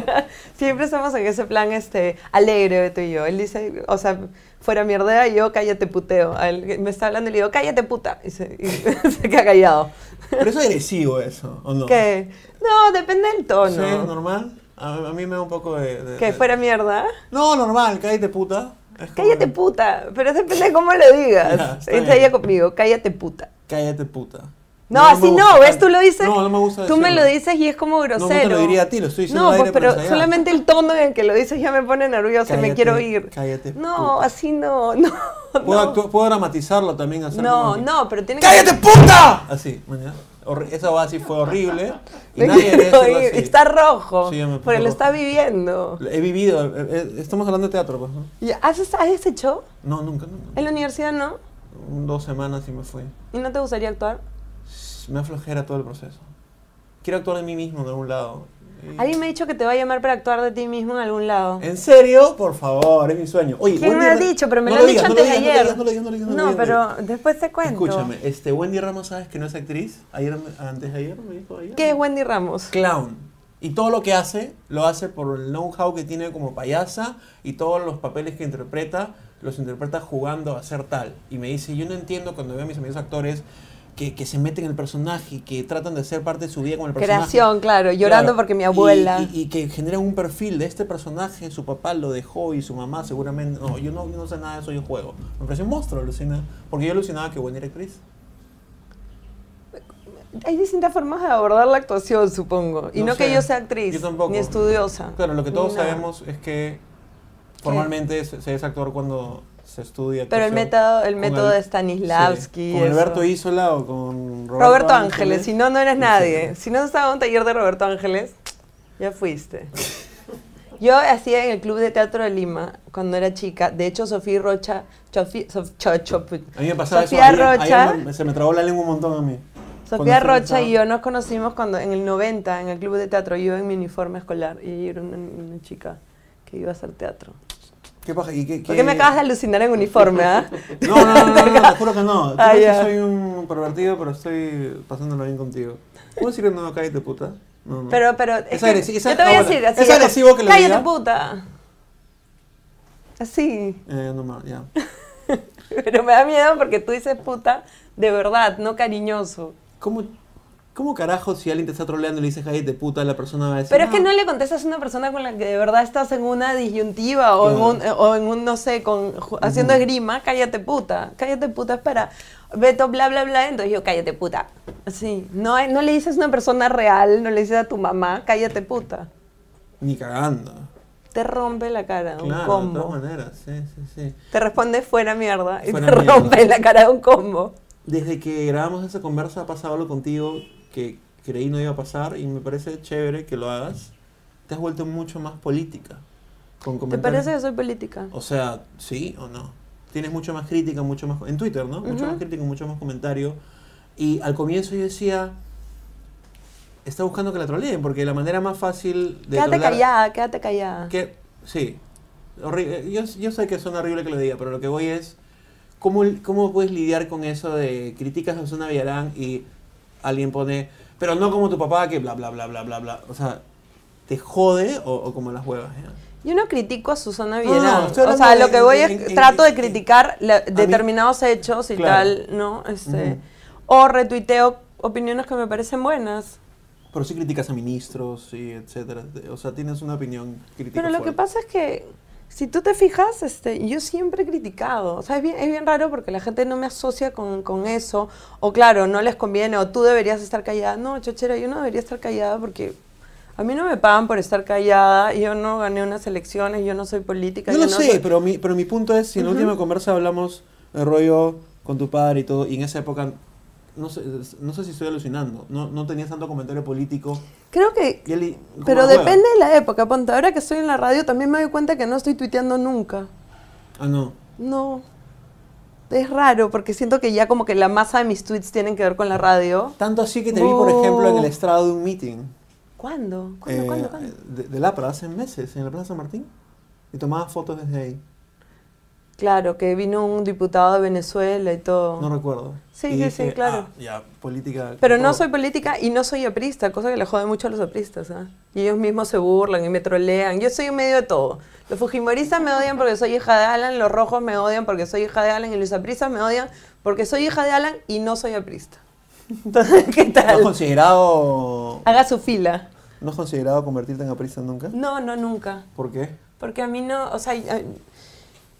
B: *laughs* siempre estamos en ese plan este, alegre, Beto y yo. Él dice, o sea, fuera mierda, y yo cállate puteo. A él me está hablando y le digo, cállate puta. Y se, y *laughs* se queda callado.
A: Pero es agresivo eso, ¿o no?
B: ¿Qué? No, depende del
A: Sí,
B: tono.
A: normal. A, a mí me da un poco de... de-
B: que
A: de-
B: fuera mierda.
A: No, normal, cállate puta. Es como-
B: Cállate puta, pero depende de cómo lo
A: Ya,
B: digas.
A: está
B: Dice ella
A: bien.
B: conmigo, cállate puta.
A: Cállate puta.
B: No,
A: me
B: así no,
A: gusta.
B: ¿ves? Tú lo dices.
A: No, no me gusta
B: Tú me
A: decirlo.
B: lo dices y es como
A: No,
B: grosero.
A: no te lo diría a ti, lo estoy diciendo
B: No,
A: al
B: pues,
A: aire,
B: pero
A: pero está allá.
B: solamente el tono en el que lo dices ya me pone nerviosa y me
A: Cállate,
B: quiero ir.
A: cállate,
B: No,
A: puta.
B: así no, *laughs* no.
A: Puedo,
B: No,
A: actu- puedo dramatizarlo también. Hacer
B: no,
A: como que-
B: no, pero tiene que.
A: ¡Cállate, puta! Así, mañana. Horri- Esa voz así fue horrible. Y
B: *laughs* Me
A: nadie debe
B: quiero
A: hacerlo
B: ir.
A: así.
B: Está rojo.
A: Sí, ya me puse
B: porque lo
A: rojo.
B: está viviendo.
A: He vivido, eh, eh, estamos hablando de teatro, pues, ¿no?
B: ¿Y ¿Haces, ¿Has hecho?
A: No, nunca, nunca.
B: En la universidad no.
A: Un- Dos semanas y me fui.
B: ¿Y no te gustaría actuar?
A: Me aflojera todo el proceso. Quiero actuar de mí mismo en algún lado. Y-
B: Alguien me ha dicho que te va a llamar para actuar de ti mismo en algún lado.
A: ¿En serio? Por favor, es mi sueño. Oye,
B: ¿Quién
A: Wendy
B: me ha
A: Ra-
B: dicho? Pero me
A: No
B: lo han
A: digas,
B: dicho
A: no
B: antes de
A: digas,
B: ayer.
A: No lo digas, no lo digas, no lo
B: No,
A: digas, no lo digas.
B: pero después te cuento.
A: Escúchame, este, Wendy Ramos, ¿sabes que no es actriz? Ayer, me- antes de ayer me dijo ayer.
B: ¿Qué es Wendy Ramos?
A: clown. Y todo lo que hace, lo hace por el know-how que tiene como payasa y todos los papeles que interpreta, los interpreta jugando a ser tal. Y me dice, yo no entiendo cuando veo a mis amigos actores que, que se meten en el personaje, que tratan de ser parte de su vida con el personaje.
B: Creación, claro, llorando
A: Claro.
B: porque mi
A: Y-
B: abuela.
A: Y, y que generan un perfil de este personaje, su papá lo dejó y su mamá seguramente... No, yo no, yo no sé nada de eso, yo juego. Me pareció un monstruo, alucina. Porque yo alucinaba que buena era actriz.
B: Hay distintas formas de abordar la actuación, supongo. Y no,
A: No
B: que
A: sé.
B: yo sea actriz,
A: Yo tampoco.
B: ni estudiosa.
A: Claro, lo que todos
B: ni nada.
A: sabemos es que formalmente se, se es actor cuando se estudia.
B: Pero el
A: actuación
B: método, el
A: con
B: método
A: Al-
B: de
A: sí,
B: Stanislavski.
A: Con
B: eso.
A: Alberto Isola o con Roberto,
B: Roberto Ángeles, si no, no eres
A: etcétera.
B: nadie. Si no estaba en un taller de Roberto Ángeles, ya fuiste. Yo hacía en el Club de Teatro de Lima cuando era chica. De hecho, Sofía Rocha. Chofi- Sof- Cho- Cho-
A: A mí me pasaba
B: Sofía
A: eso. ayer-
B: Rocha.
A: ayer me- se me trabó la lengua un montón a mí.
B: Sofía
A: Cuando
B: Rocha
A: estaba-
B: y yo nos conocimos cuando en el 90 en el Club de Teatro. Yo en mi uniforme escolar y ella era una, una chica que iba a hacer teatro.
A: ¿Qué paja? ¿Y qué,
B: ¿Por qué me acabas de alucinar en
A: *laughs*
B: uniforme, ah?
A: No, no, no, no,
B: *laughs*
A: no, te juro que no. Tú
B: Ah,
A: crees que
B: ya.
A: soy un pervertido, pero estoy pasándolo bien contigo. ¿Puedo decirle no acá y te puta? No, no.
B: Pero, pero.
A: Es
B: que
A: agresi- es-
B: yo te voy a
A: ahora,
B: decir así.
A: es
B: ya,
A: agresivo que lo
B: ¡Cállate,
A: diga".
B: puta! Así.
A: Eh, no, ma- ya.
B: *laughs* Pero me da miedo porque tú dices puta de verdad, no cariñoso.
A: ¿Cómo, ¿Cómo carajo si alguien te está troleando y le dices cállate puta, la persona va a decir. "Ah,
B: Pero es que no le contestas a una persona con la que de verdad estás en una disyuntiva o, en,
A: Claro.
B: un, eh, o en un, no sé, con, ju- haciendo esgrima, cállate puta, cállate puta, espera, Beto, bla, bla, bla, entonces yo, cállate puta. Así, no, hay- no le dices a una persona real, no le dices a tu mamá, cállate puta.
A: Ni cagando.
B: Te rompe la cara un
A: Claro, de todas
B: combo.
A: maneras, sí, sí, sí.
B: Te responde fuera mierda y
A: Fuera
B: te
A: mierda.
B: rompe la cara un combo.
A: Desde que grabamos esa conversa ha pasado algo contigo que creí no iba a pasar y me parece chévere que lo hagas. Te has vuelto mucho más política. Con
B: ¿Te
A: comentarios.
B: parece que soy política?
A: O sea, ¿sí o no? Tienes mucho más crítica, mucho más... En Twitter, ¿no? Mucho más crítica, mucho más comentario. Y al comienzo yo decía... Está buscando que la troleen, porque la manera más fácil de
B: Quédate
A: trolear-
B: callada, quédate callada.
A: que, sí. Horrible. Yo, yo sé que suena horrible que lo diga, pero lo que voy es. ¿Cómo, cómo puedes lidiar con eso de criticas a Susana Villarán y alguien pone. Pero no como tu papá, que bla, bla, bla, bla, bla, bla. O sea, ¿te jode o, o como las huevas? ya?
B: Yo no critico a Susana
A: No, no,
B: Villarán.
A: Ah, estoy
B: o
A: hablando
B: sea,
A: de-
B: lo que voy
A: en-
B: es
A: en- en-
B: trato de
A: en-
B: criticar la-
A: mí-
B: determinados hechos y
A: Claro.
B: tal, ¿no? Este,
A: Ujú.
B: O retuiteo opiniones que me parecen buenas.
A: Pero sí criticas a ministros y etcétera. O sea, tienes una opinión crítica.
B: Pero lo que
A: fuerte.
B: pasa es que si tú te fijas, este, yo siempre he criticado. O sea, es bien, es bien raro porque la gente no me asocia con, con eso. O claro, no les conviene. O tú deberías estar callada. No, chochera, yo no debería estar callada porque a mí no me pagan por estar callada. Yo no gané unas elecciones. Yo no soy política.
A: Yo lo
B: no
A: sé,
B: soy-
A: pero, mi, pero mi punto es, si en la última conversa hablamos de rollo con tu padre y todo, y en esa época, no sé, no sé si estoy alucinando, no, no tenías tanto comentario político.
B: Creo que
A: Y él-
B: Pero
A: como
B: depende de la época, ponte. Ahora que estoy en la radio también me doy cuenta que no estoy tuiteando nunca.
A: juega. Ah, no.
B: No. Es raro porque siento que ya como que la masa de mis tweets tienen que ver con la radio.
A: Tanto así que te vi, por
B: Oh.
A: ejemplo, en el estrado de un meeting.
B: ¿Cuándo? ¿Cuándo,
A: eh,
B: cuándo, cuándo?
A: De, de Lapra, hace meses, en la Plaza San Martín. Y tomaba fotos desde ahí.
B: Claro, que vino un diputado de Venezuela y todo.
A: No recuerdo.
B: Oh. Sí,
A: Y
B: sí, sí,
A: dije,
B: claro.
A: "Ah, ya, política.
B: Pero no
A: todo".
B: soy política y no soy aprista, cosa que le jode mucho a los apristas. ¿ah? Y ellos mismos se burlan y me trolean. Yo soy en medio de todo. Los fujimoristas me odian porque soy hija de Alan, los rojos me odian porque soy hija de Alan y los apristas me odian porque soy hija de Alan y no soy aprista. *laughs* Entonces, ¿qué
A: ¿No has
B: tal?
A: considerado,
B: Haga su fila.
A: no has considerado convertirte en aprista nunca?
B: No, no, nunca.
A: ¿Por qué?
B: Porque a mí no, o sea, eh,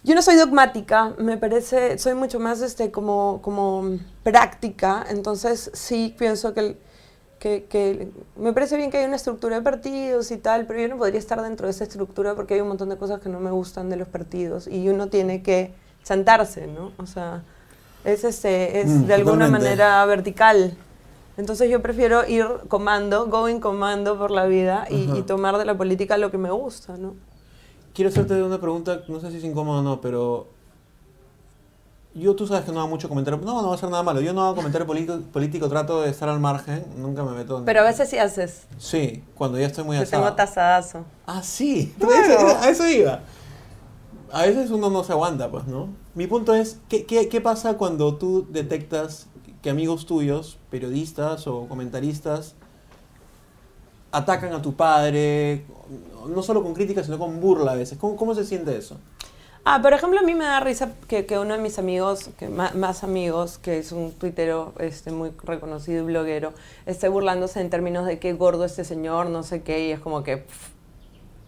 B: yo no soy dogmática, me parece, soy mucho más este, como, como práctica, entonces sí pienso que, el- que, que me parece bien que hay una estructura de partidos y tal, pero yo no podría estar dentro de esa estructura porque hay un montón de cosas que no me gustan de los partidos y uno tiene que sentarse, ¿no? O sea, es, este, es
A: Mm,
B: de alguna
A: totalmente.
B: manera vertical. Entonces yo prefiero ir comando, going comando por la vida y, y
A: Ajá.
B: tomar de la política lo que me gusta, ¿no?
A: Quiero hacerte una pregunta, no sé si es incómodo o no, pero. Yo, tú sabes que no hago mucho comentario. No, no va a ser nada malo. Yo no hago comentario político, político trato de estar al margen, nunca me meto en.
B: Pero a veces sí haces.
A: Sí, cuando ya estoy muy
B: Yo
A: asado.
B: tengo tazadazo.
A: Ah, sí, *laughs*
B: Claro.
A: Eso- a eso iba. A veces uno no se aguanta, pues, ¿no? Mi punto es, ¿qué, qué, qué pasa cuando tú detectas que amigos tuyos, periodistas o comentaristas, atacan a tu padre, no solo con críticas, sino con burla a veces? ¿Cómo, cómo se siente eso?
B: Ah, por ejemplo, a mí me da risa que, que uno de mis amigos, que ma- más, amigos, que es un tuitero este, muy reconocido y bloguero, esté burlándose en términos de qué gordo este señor, no sé qué, y es como que, pff,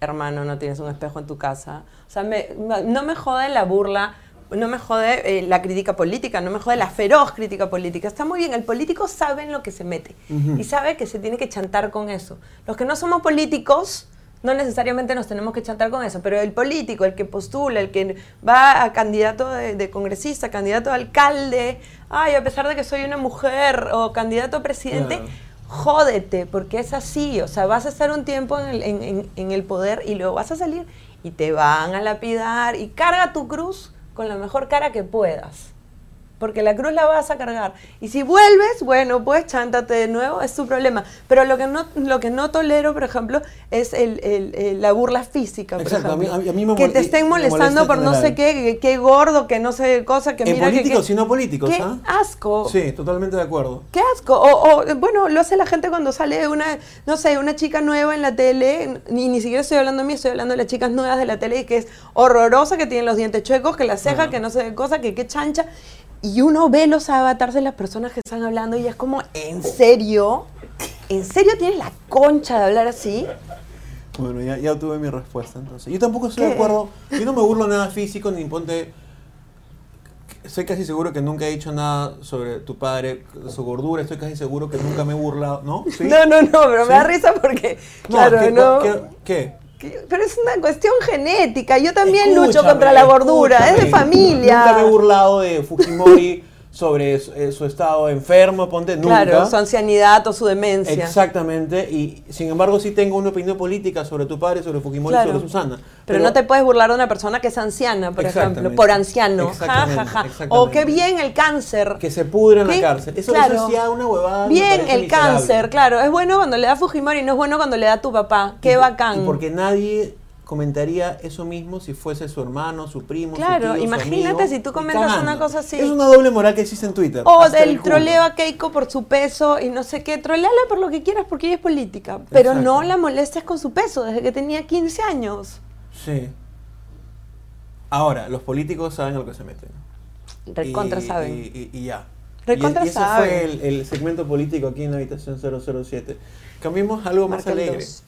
B: hermano, no tienes un espejo en tu casa. O sea, me- no- no me jode la burla, no me jode eh, la crítica política, no me jode la feroz crítica política. Está muy bien, el político sabe en lo que se mete
A: Ujú.
B: y sabe que se tiene que chantar con eso. Los que no somos políticos no necesariamente nos tenemos que chantar con eso, pero el político, el que postula, el que va a candidato de, de congresista, candidato a alcalde, ay, a pesar de que soy una mujer o candidato a presidente,
A: Claro.
B: jódete, porque es así, o sea, vas a estar un tiempo en el, en- en- en el poder y luego vas a salir y te van a lapidar y carga tu cruz con la mejor cara que puedas. Porque la cruz la vas a cargar. Y si vuelves, bueno, pues chántate de nuevo, es tu problema. Pero lo que no, lo que no tolero, por ejemplo, es el, el- el- la burla física. por
A: Exacto, a mí-
B: ejemplo.
A: a mí- a mí me
B: Que
A: mol-
B: te estén
A: me molesta
B: molestando
A: en
B: por no sé
A: general.
B: qué, que, que gordo, que no sé qué cosa, que
A: en
B: mira que-
A: políticos
B: que...
A: y no políticos,
B: ¡Qué
A: ¿ah?
B: asco!
A: Sí, totalmente de acuerdo.
B: Qué asco. O, o, bueno, lo hace la gente cuando sale una, no sé, una chica nueva en la tele, ni, ni siquiera estoy hablando de mí, estoy hablando de las chicas nuevas de la tele y que es horrorosa, que tienen los dientes chuecos, que la ceja,
A: Ajá.
B: que no sé qué cosa, que qué chancha. Y uno ve los avatars de las personas que están hablando y es como, ¿en serio? ¿En serio tienes la concha de hablar así?
A: Bueno, ya, ya tuve mi respuesta entonces. Yo tampoco estoy
B: ¿Qué?
A: de acuerdo. Yo no me burlo nada físico ni ponte. Estoy casi seguro que nunca he dicho nada sobre tu padre, su gordura. Estoy casi seguro que nunca me he burlado, ¿no? ¿Sí?
B: No, no, no, pero
A: ¿Sí?
B: me da risa porque,
A: No,
B: claro,
A: que-
B: no.
A: que- ¿Qué?
B: que- Pero es una cuestión genética. Yo también lucho
A: Escúchame,
B: contra la gordura. Es de
A: escúchame.
B: familia.
A: Nunca me he burlado de Fujimori sobre su, eh, su estado enfermo, ponte nunca.
B: Claro, su ancianidad o su demencia.
A: Exactamente, y sin embargo sí tengo una opinión política sobre tu padre, sobre Fujimori,
B: Claro.
A: sobre Susana.
B: Pero, no te puedes burlar de una persona que es anciana, por
A: Exactamente.
B: ejemplo, por anciano. Ja, ja,
A: Exactamente,
B: ja. O
A: exactamente.
B: qué bien el cáncer.
A: Que se pudre en
B: ¿Qué?
A: la cárcel. Eso,
B: Claro.
A: eso sí da una huevada. me
B: bien
A: parece
B: el
A: miserable.
B: cáncer, claro. Es bueno cuando le da Fujimori, no es bueno cuando le da tu papá. Qué
A: Y-
B: bacán.
A: Y porque nadie comentaría eso mismo si fuese su hermano, su primo, su
B: Claro,
A: tío, su
B: imagínate
A: amigo,
B: si tú
A: ni
B: comentas una
A: cagando.
B: cosa así.
A: Es una doble moral que existe en Twitter.
B: o
A: hasta el
B: del
A: culo.
B: troleo a Keiko por su peso y no sé qué. Troleala por lo que quieras porque ella es política. Pero
A: Exacto.
B: no la molestes con su peso desde que tenía 15 años.
A: Sí. Ahora, los políticos saben a lo que se meten.
B: Recontra
A: y,
B: saben.
A: Y, y- y ya.
B: Recontra
A: y, y ese
B: saben.
A: fue el, el segmento político aquí en la habitación 007. Cambiemos a algo más
B: Marca el
A: alegre.
B: dos.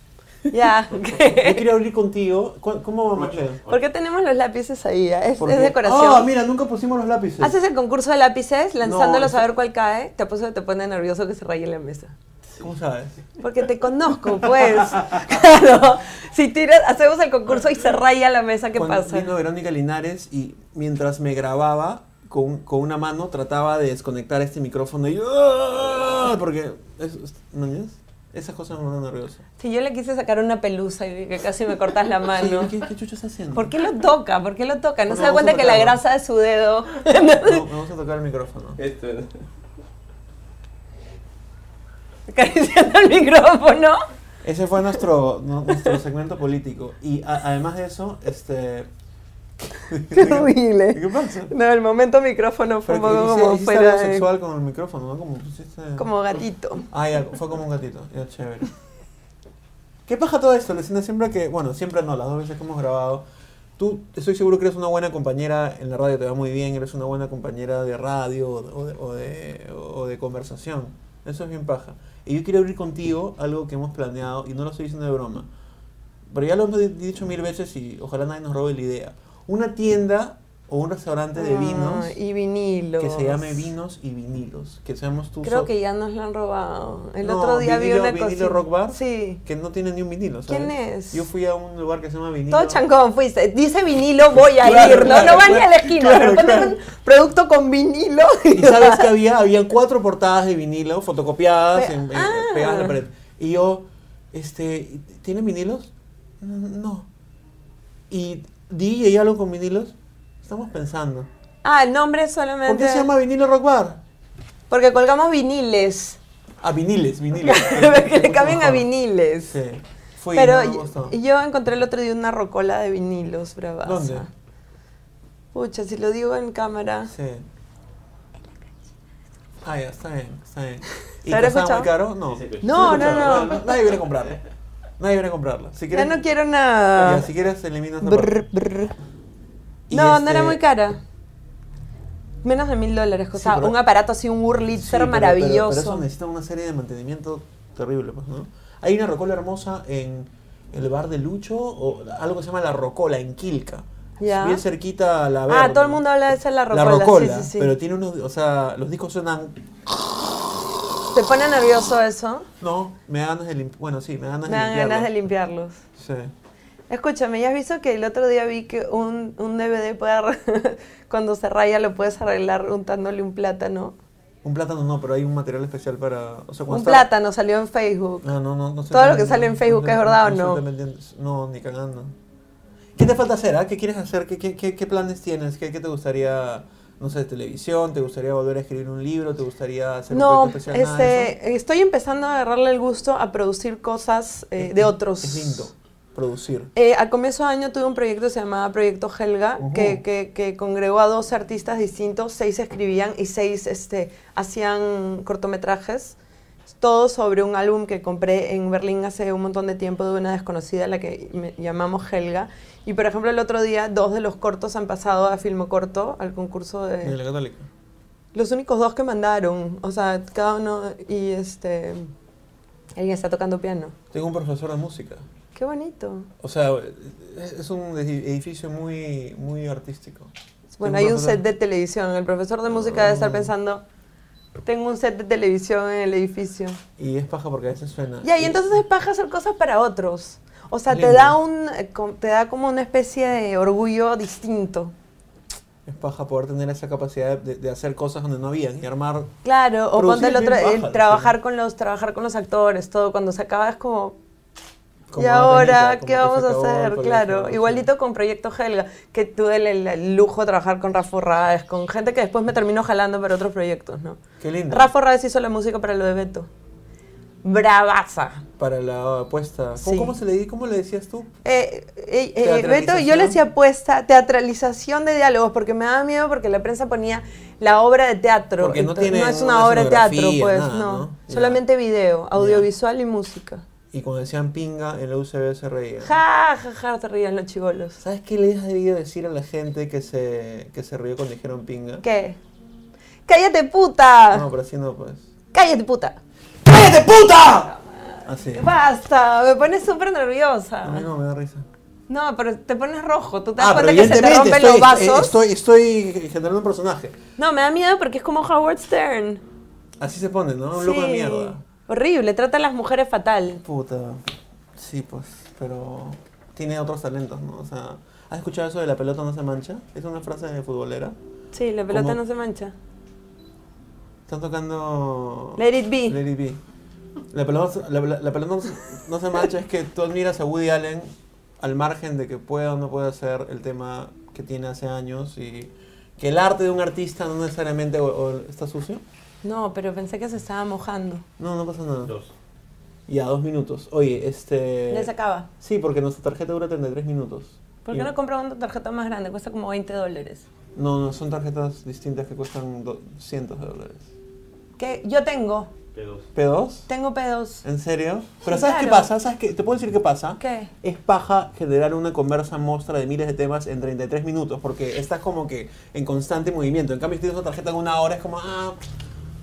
A: *laughs*
B: Ya.
A: Yo quería abrir contigo. ¿Cu- ¿Cómo va Machado?
B: ¿Por qué tenemos los lápices ahí? ya? Es,
A: ¿Por
B: es
A: qué?
B: decoración.
A: Ah, mira, nunca pusimos los lápices.
B: Haces el concurso de lápices lanzándolos
A: eso-
B: a ver cuál cae. Te apuesto que te pone nervioso que se raye la mesa.
A: ¿Cómo sabes?
B: Porque te *laughs* conozco, pues. claro. Si tiras, hacemos el concurso y se raya la mesa, ¿qué
A: Cuando
B: pasa?
A: Vino Verónica Linares y mientras me grababa con, con una mano trataba de desconectar este micrófono y ¡ah! porque es- es- ¿no entiendes? Esas cosas me ponen nervioso.
B: Si yo le quise sacar una pelusa y que casi me cortas la mano.
A: ¿Qué, qué chucho está haciendo?
B: ¿Por qué lo toca? ¿Por qué lo toca? No
A: Porque
B: se
A: vamos
B: da
A: a
B: cuenta que la
A: tocarlo.
B: grasa de su dedo. *laughs*
A: No, vamos a tocar el micrófono.
C: Esto es.
B: Acariciando el micrófono.
A: Ese fue nuestro, nu- nuestro segmento político. Y a- además de eso, este.
B: *laughs* Qué horrible.
A: ¿Qué pasa?
B: No, el momento micrófono fue un
A: Pero que
B: poco
A: hiciste-
B: como
A: hiciste
B: fuera
A: algo
B: de-
A: sexual con el micrófono, ¿no? Como pusiste.
B: Como gatito.
A: Ah, ya, fue como un gatito. Ya, chévere. ¿Qué paja todo esto, Lucinda? Siempre que. Bueno, siempre no, las dos veces que hemos grabado. Tú, estoy seguro que eres una buena compañera en la radio, te va muy bien, eres una buena compañera de radio o de, o de, o de conversación. Eso es bien paja. Y yo quiero abrir contigo algo que hemos planeado, y no lo estoy diciendo de broma, pero ya lo hemos di- dicho mil veces y ojalá nadie nos robe la idea. Una tienda o un restaurante de vinos
B: Ah, y vinilos.
A: que se llame Vinos y Vinilos, que seamos tú
B: Creo
A: so-
B: que ya nos lo han robado. El
A: No,
B: otro día vi
A: vinilo-
B: una
A: vinilo
B: cosita.
A: rock bar.
B: Sí.
A: que no tiene ni un vinilo. ¿sabes?
B: ¿Quién es?
A: Yo fui a un lugar que se llama Vinilo.
B: Todo chancón fuiste. Dice vinilo, voy a
A: Claro,
B: ir. No,
A: claro,
B: no vas
A: claro,
B: ni a la esquina.
A: claro,
B: pero ponte
A: claro.
B: un producto con vinilo.
A: ¿Y sabes qué había? Habían cuatro portadas de vinilo fotocopiadas,
B: Pe-
A: en- en-
B: ah.
A: pegadas en la pared. Y yo, este, ¿tienen vinilos? "Mm, No. Y di y algo con vinilos. Estamos pensando.
B: Ah, el nombre solamente.
A: ¿Por qué se llama Vinilo Rock Bar?
B: Porque colgamos
A: *laughs*
B: viniles.
A: Ah, viniles, viniles.
B: *laughs* que le
A: Mucho
B: cambien a
A: mejor.
B: viniles.
A: Sí. Fui,
B: Pero
A: no me
B: yo-
A: gustó.
B: yo encontré el otro día una rocola de vinilos, bravaza.
A: ¿Dónde?
B: Pucha, si lo digo en cámara.
A: Sí. Ah, ya, está bien, está bien. ¿Y
B: ¿Lo habrá
A: costaba
B: escuchado?
A: muy caro? No.
C: Sí, sí, sí.
B: No, no, no.
A: Nadie viene a comprarla. Nadie viene a comprarla. Si
B: Ya
A: quieres,
B: no quiero nada.
A: ya, si quieres eliminas la parte.
B: Brr, brr.
A: Y
B: No, no
A: este-
B: era muy cara. Menos de mil dólares
A: Sí,
B: costaba.
A: pero-
B: un aparato así, un
A: Sí,
B: Wurlitzer
A: pero- pero- Pero, eso
B: maravilloso.
A: necesita una serie de mantenimiento terrible, pues, ¿no? Hay una rocola hermosa en el bar de Lucho, o algo que se llama La Rocola, en Quilca.
B: Ya.
A: Bien cerquita a la
B: ah,
A: Verde.
B: todo el mundo habla de esa la rocola.
A: La Rocola,
B: sí, sí, sí.
A: pero tiene unos, o sea, los discos suenan,
B: ¿Te pone nervioso eso?
A: no, me dan ganas de limpiar, bueno, sí, me dan ganas
B: Me dan
A: de limpiarlos.
B: ganas de limpiarlos.
A: Sí.
B: Escúchame, ¿ya has visto que el otro día vi que un, un DVD puede arre- *laughs* cuando se raya lo puedes arreglar untándole un plátano?
A: Un plátano no, pero hay un material especial para. O sea, cuando
B: Un
A: está-
B: plátano salió en Facebook.
A: Ah, no, no, no estoy
B: Todo lo que
A: entendiendo,
B: sale en
A: no
B: Facebook,
A: estoy-
B: ¿es verdad o
A: estoy
B: no?
A: entendiendo. No, ni cagando. ¿Qué te falta hacer? ah? ¿Qué quieres hacer? ¿Qué, qué, qué, qué planes tienes? ¿Qué, ¿Qué te gustaría, no sé, televisión? ¿Te gustaría volver a escribir un libro? ¿Te gustaría hacer
B: No,
A: un proyecto especial? Nada de eso.
B: este, estoy empezando a agarrarle el gusto a producir cosas eh,
A: Es-
B: de otros.
A: Es lindo producir.
B: Eh, a comienzo de año tuve un proyecto que se llamaba Proyecto Helga,
A: Ujú.
B: que, que- que congregó a dos artistas distintos, seis escribían y seis este, hacían cortometrajes, todo sobre un álbum que compré en Berlín hace un montón de tiempo de una desconocida, la que me- llamamos Helga. Y por ejemplo el otro día dos de los cortos han pasado a Filmo Corto, al concurso de...
A: En la católica.
B: Los únicos dos que mandaron, o sea, cada uno y este... Alguien está tocando piano.
A: Tengo un profesor de música.
B: Qué bonito.
A: O sea, es es un edificio muy, muy artístico.
B: Bueno,
A: Tengo
B: hay un Oh.
A: profesor-
B: set de televisión. El profesor de música debe estar pensando, tengo un set de televisión en el edificio.
A: Y es paja porque a veces suena.
B: Ya, y entonces es paja hacer cosas para otros. O sea, te
A: Lindo.
B: da, un, eh, co- te da como una especie de orgullo distinto.
A: Es paja poder tener esa capacidad de, de hacer cosas donde no habían y armar.
B: Claro, o
A: Producir
B: ponte el
A: es
B: otro,
A: bien
B: el
A: paja,
B: trabajar
A: sí.
B: con los, trabajar con los actores, todo, cuando se acaba es como,
A: como
B: ¿y
A: una
B: ahora
A: penita, como
B: qué
A: que se
B: vamos a
A: acabó el
B: hacer?
A: colegio,
B: Claro,
A: sí.
B: igualito con Proyecto Helga, que tuve el, el- el lujo de trabajar con Rafa Ráez, con gente que después me terminó jalando para otros proyectos, ¿no?
A: Qué lindo.
B: Rafa Ráez hizo la música para lo de Beto. Bravaza.
A: Para la apuesta. ¿Cómo,
B: Sí.
A: cómo se le, di- ¿Cómo le decías tú?
B: Eh, eh, eh, Beto,
A: Teatralización.
B: yo le hacía apuesta, teatralización de diálogos, porque me daba miedo porque la prensa ponía la obra de teatro.
A: Porque no
B: Entonces,
A: tienen
B: es una,
A: una
B: obra de teatro,
A: escenografía,
B: pues,
A: nada,
B: no.
A: ¿no? Ya.
B: Solamente video, audiovisual y música.
A: Y cuando decían pinga, en la UCB se reían.
B: Ja, ja, ja, se rían los chivolos.
A: ¿Sabes qué le has debido decir a la gente que se, que se rió cuando dijeron pinga?
B: ¿Qué? ¡Cállate, puta!
A: No, pero así no, pues.
B: ¡Cállate, puta!
A: ¡Cállate, puta! Así.
B: ¡Basta! Me pones súper nerviosa.
A: Ah, A mí no me da risa. Ah,
B: No, pero te pones rojo. ¿Tú te das cuenta que se te rompen
A: estoy,
B: los vasos?
A: estoy, estoy generando un personaje.
B: No, me da miedo porque es como Howard Stern.
A: Así se pone, ¿no? Ah, Un loco de
B: Sí.
A: mierda.
B: Horrible, trata a las mujeres fatal.
A: Puta. Sí, pues, pero tiene otros talentos, ¿no? O sea, ¿has escuchado eso de la pelota no se mancha? Es una frase de futbolera.
B: Sí, la pelota
A: Como-
B: no se mancha.
A: Están tocando...
B: Let it be.
A: Lady B. La pelota, la, la- la pelota no, se- no se mancha, es que tú admiras a Woody Allen al margen de que pueda o no pueda ser el tema que tiene hace años y que el arte de un artista no necesariamente o- o está sucio.
B: No, pero pensé que se estaba mojando.
A: No, no pasa nada.
C: Dos.
A: Ya, dos minutos. Oye, este...
B: Ya se acaba.
A: Sí, porque nuestra tarjeta dura 33 minutos.
B: ¿Por qué
A: Y-
B: no compra una tarjeta más grande? Cuesta como 20 dólares.
A: No, no, son tarjetas distintas que cuestan do- cientos de dólares.
B: ¿Qué? Yo tengo.
C: P2.
A: ¿P2?
B: Tengo pedos.
A: ¿En serio? Pero
B: Sí,
A: ¿sabes qué
B: claro.
A: pasa? ¿Sabes qué? ¿Te puedo decir qué pasa?
B: ¿Qué?
A: Es paja generar una conversa muestra de miles de temas en 33 minutos, porque estás como que en constante movimiento. En cambio, si tienes una tarjeta en una hora, es como, ah,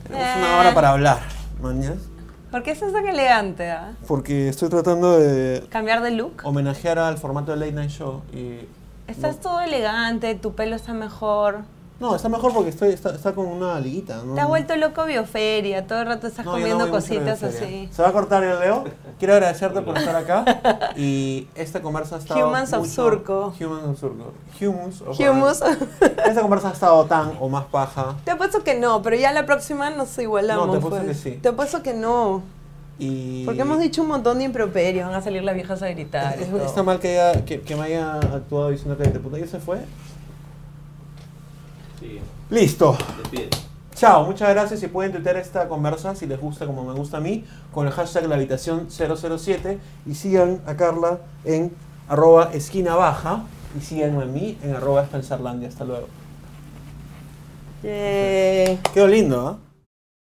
A: tenemos
B: Eh.
A: una hora para hablar. ¿Mañas?
B: ¿Por qué estás tan elegante? ah?
A: Porque estoy tratando de
B: ¿Cambiar de
A: Oh,
B: look?
A: homenajear al formato de Late Night Show y...
B: Estás todo elegante, tu pelo está mejor.
A: No, está mejor porque estoy, está, está con una liguita. ¿no?
B: Te has vuelto loco bioferia, todo el rato estás
A: Mm. No, yo no
B: comiendo
A: voy mucho a la
B: cositas
A: feria.
B: así.
A: Se va a cortar el Leo. Quiero agradecerte por estar acá.
B: *laughs*
A: Y esta conversa ha estado.
B: Humans of
A: mucho-
B: Surco.
A: Humans of Surco. Humans of
B: Humus.
A: Esta conversa ha estado tan o más paja.
B: Te apuesto que no, pero ya la próxima nos igualamos.
A: No, te apuesto
B: pues.
A: que sí.
B: Te apuesto que no.
A: Y
B: Porque hemos dicho un montón de improperios, van a salir las viejas a gritar. y
A: Es-
B: todo.
A: Está mal que, haya- que, que me haya actuado diciendo que de puta. ¿Y se fue?
C: Sigue.
A: Listo.
C: Despide.
A: Chao, muchas gracias. Si pueden tuitear esta conversa, si les gusta como me gusta a mí, con el hashtag la habitación 007 y sigan a Carla en arroba esquina baja y síganme a mí en arroba Spencerlandia. Hasta luego.
B: Yay.
A: Quedó lindo, ¿ah?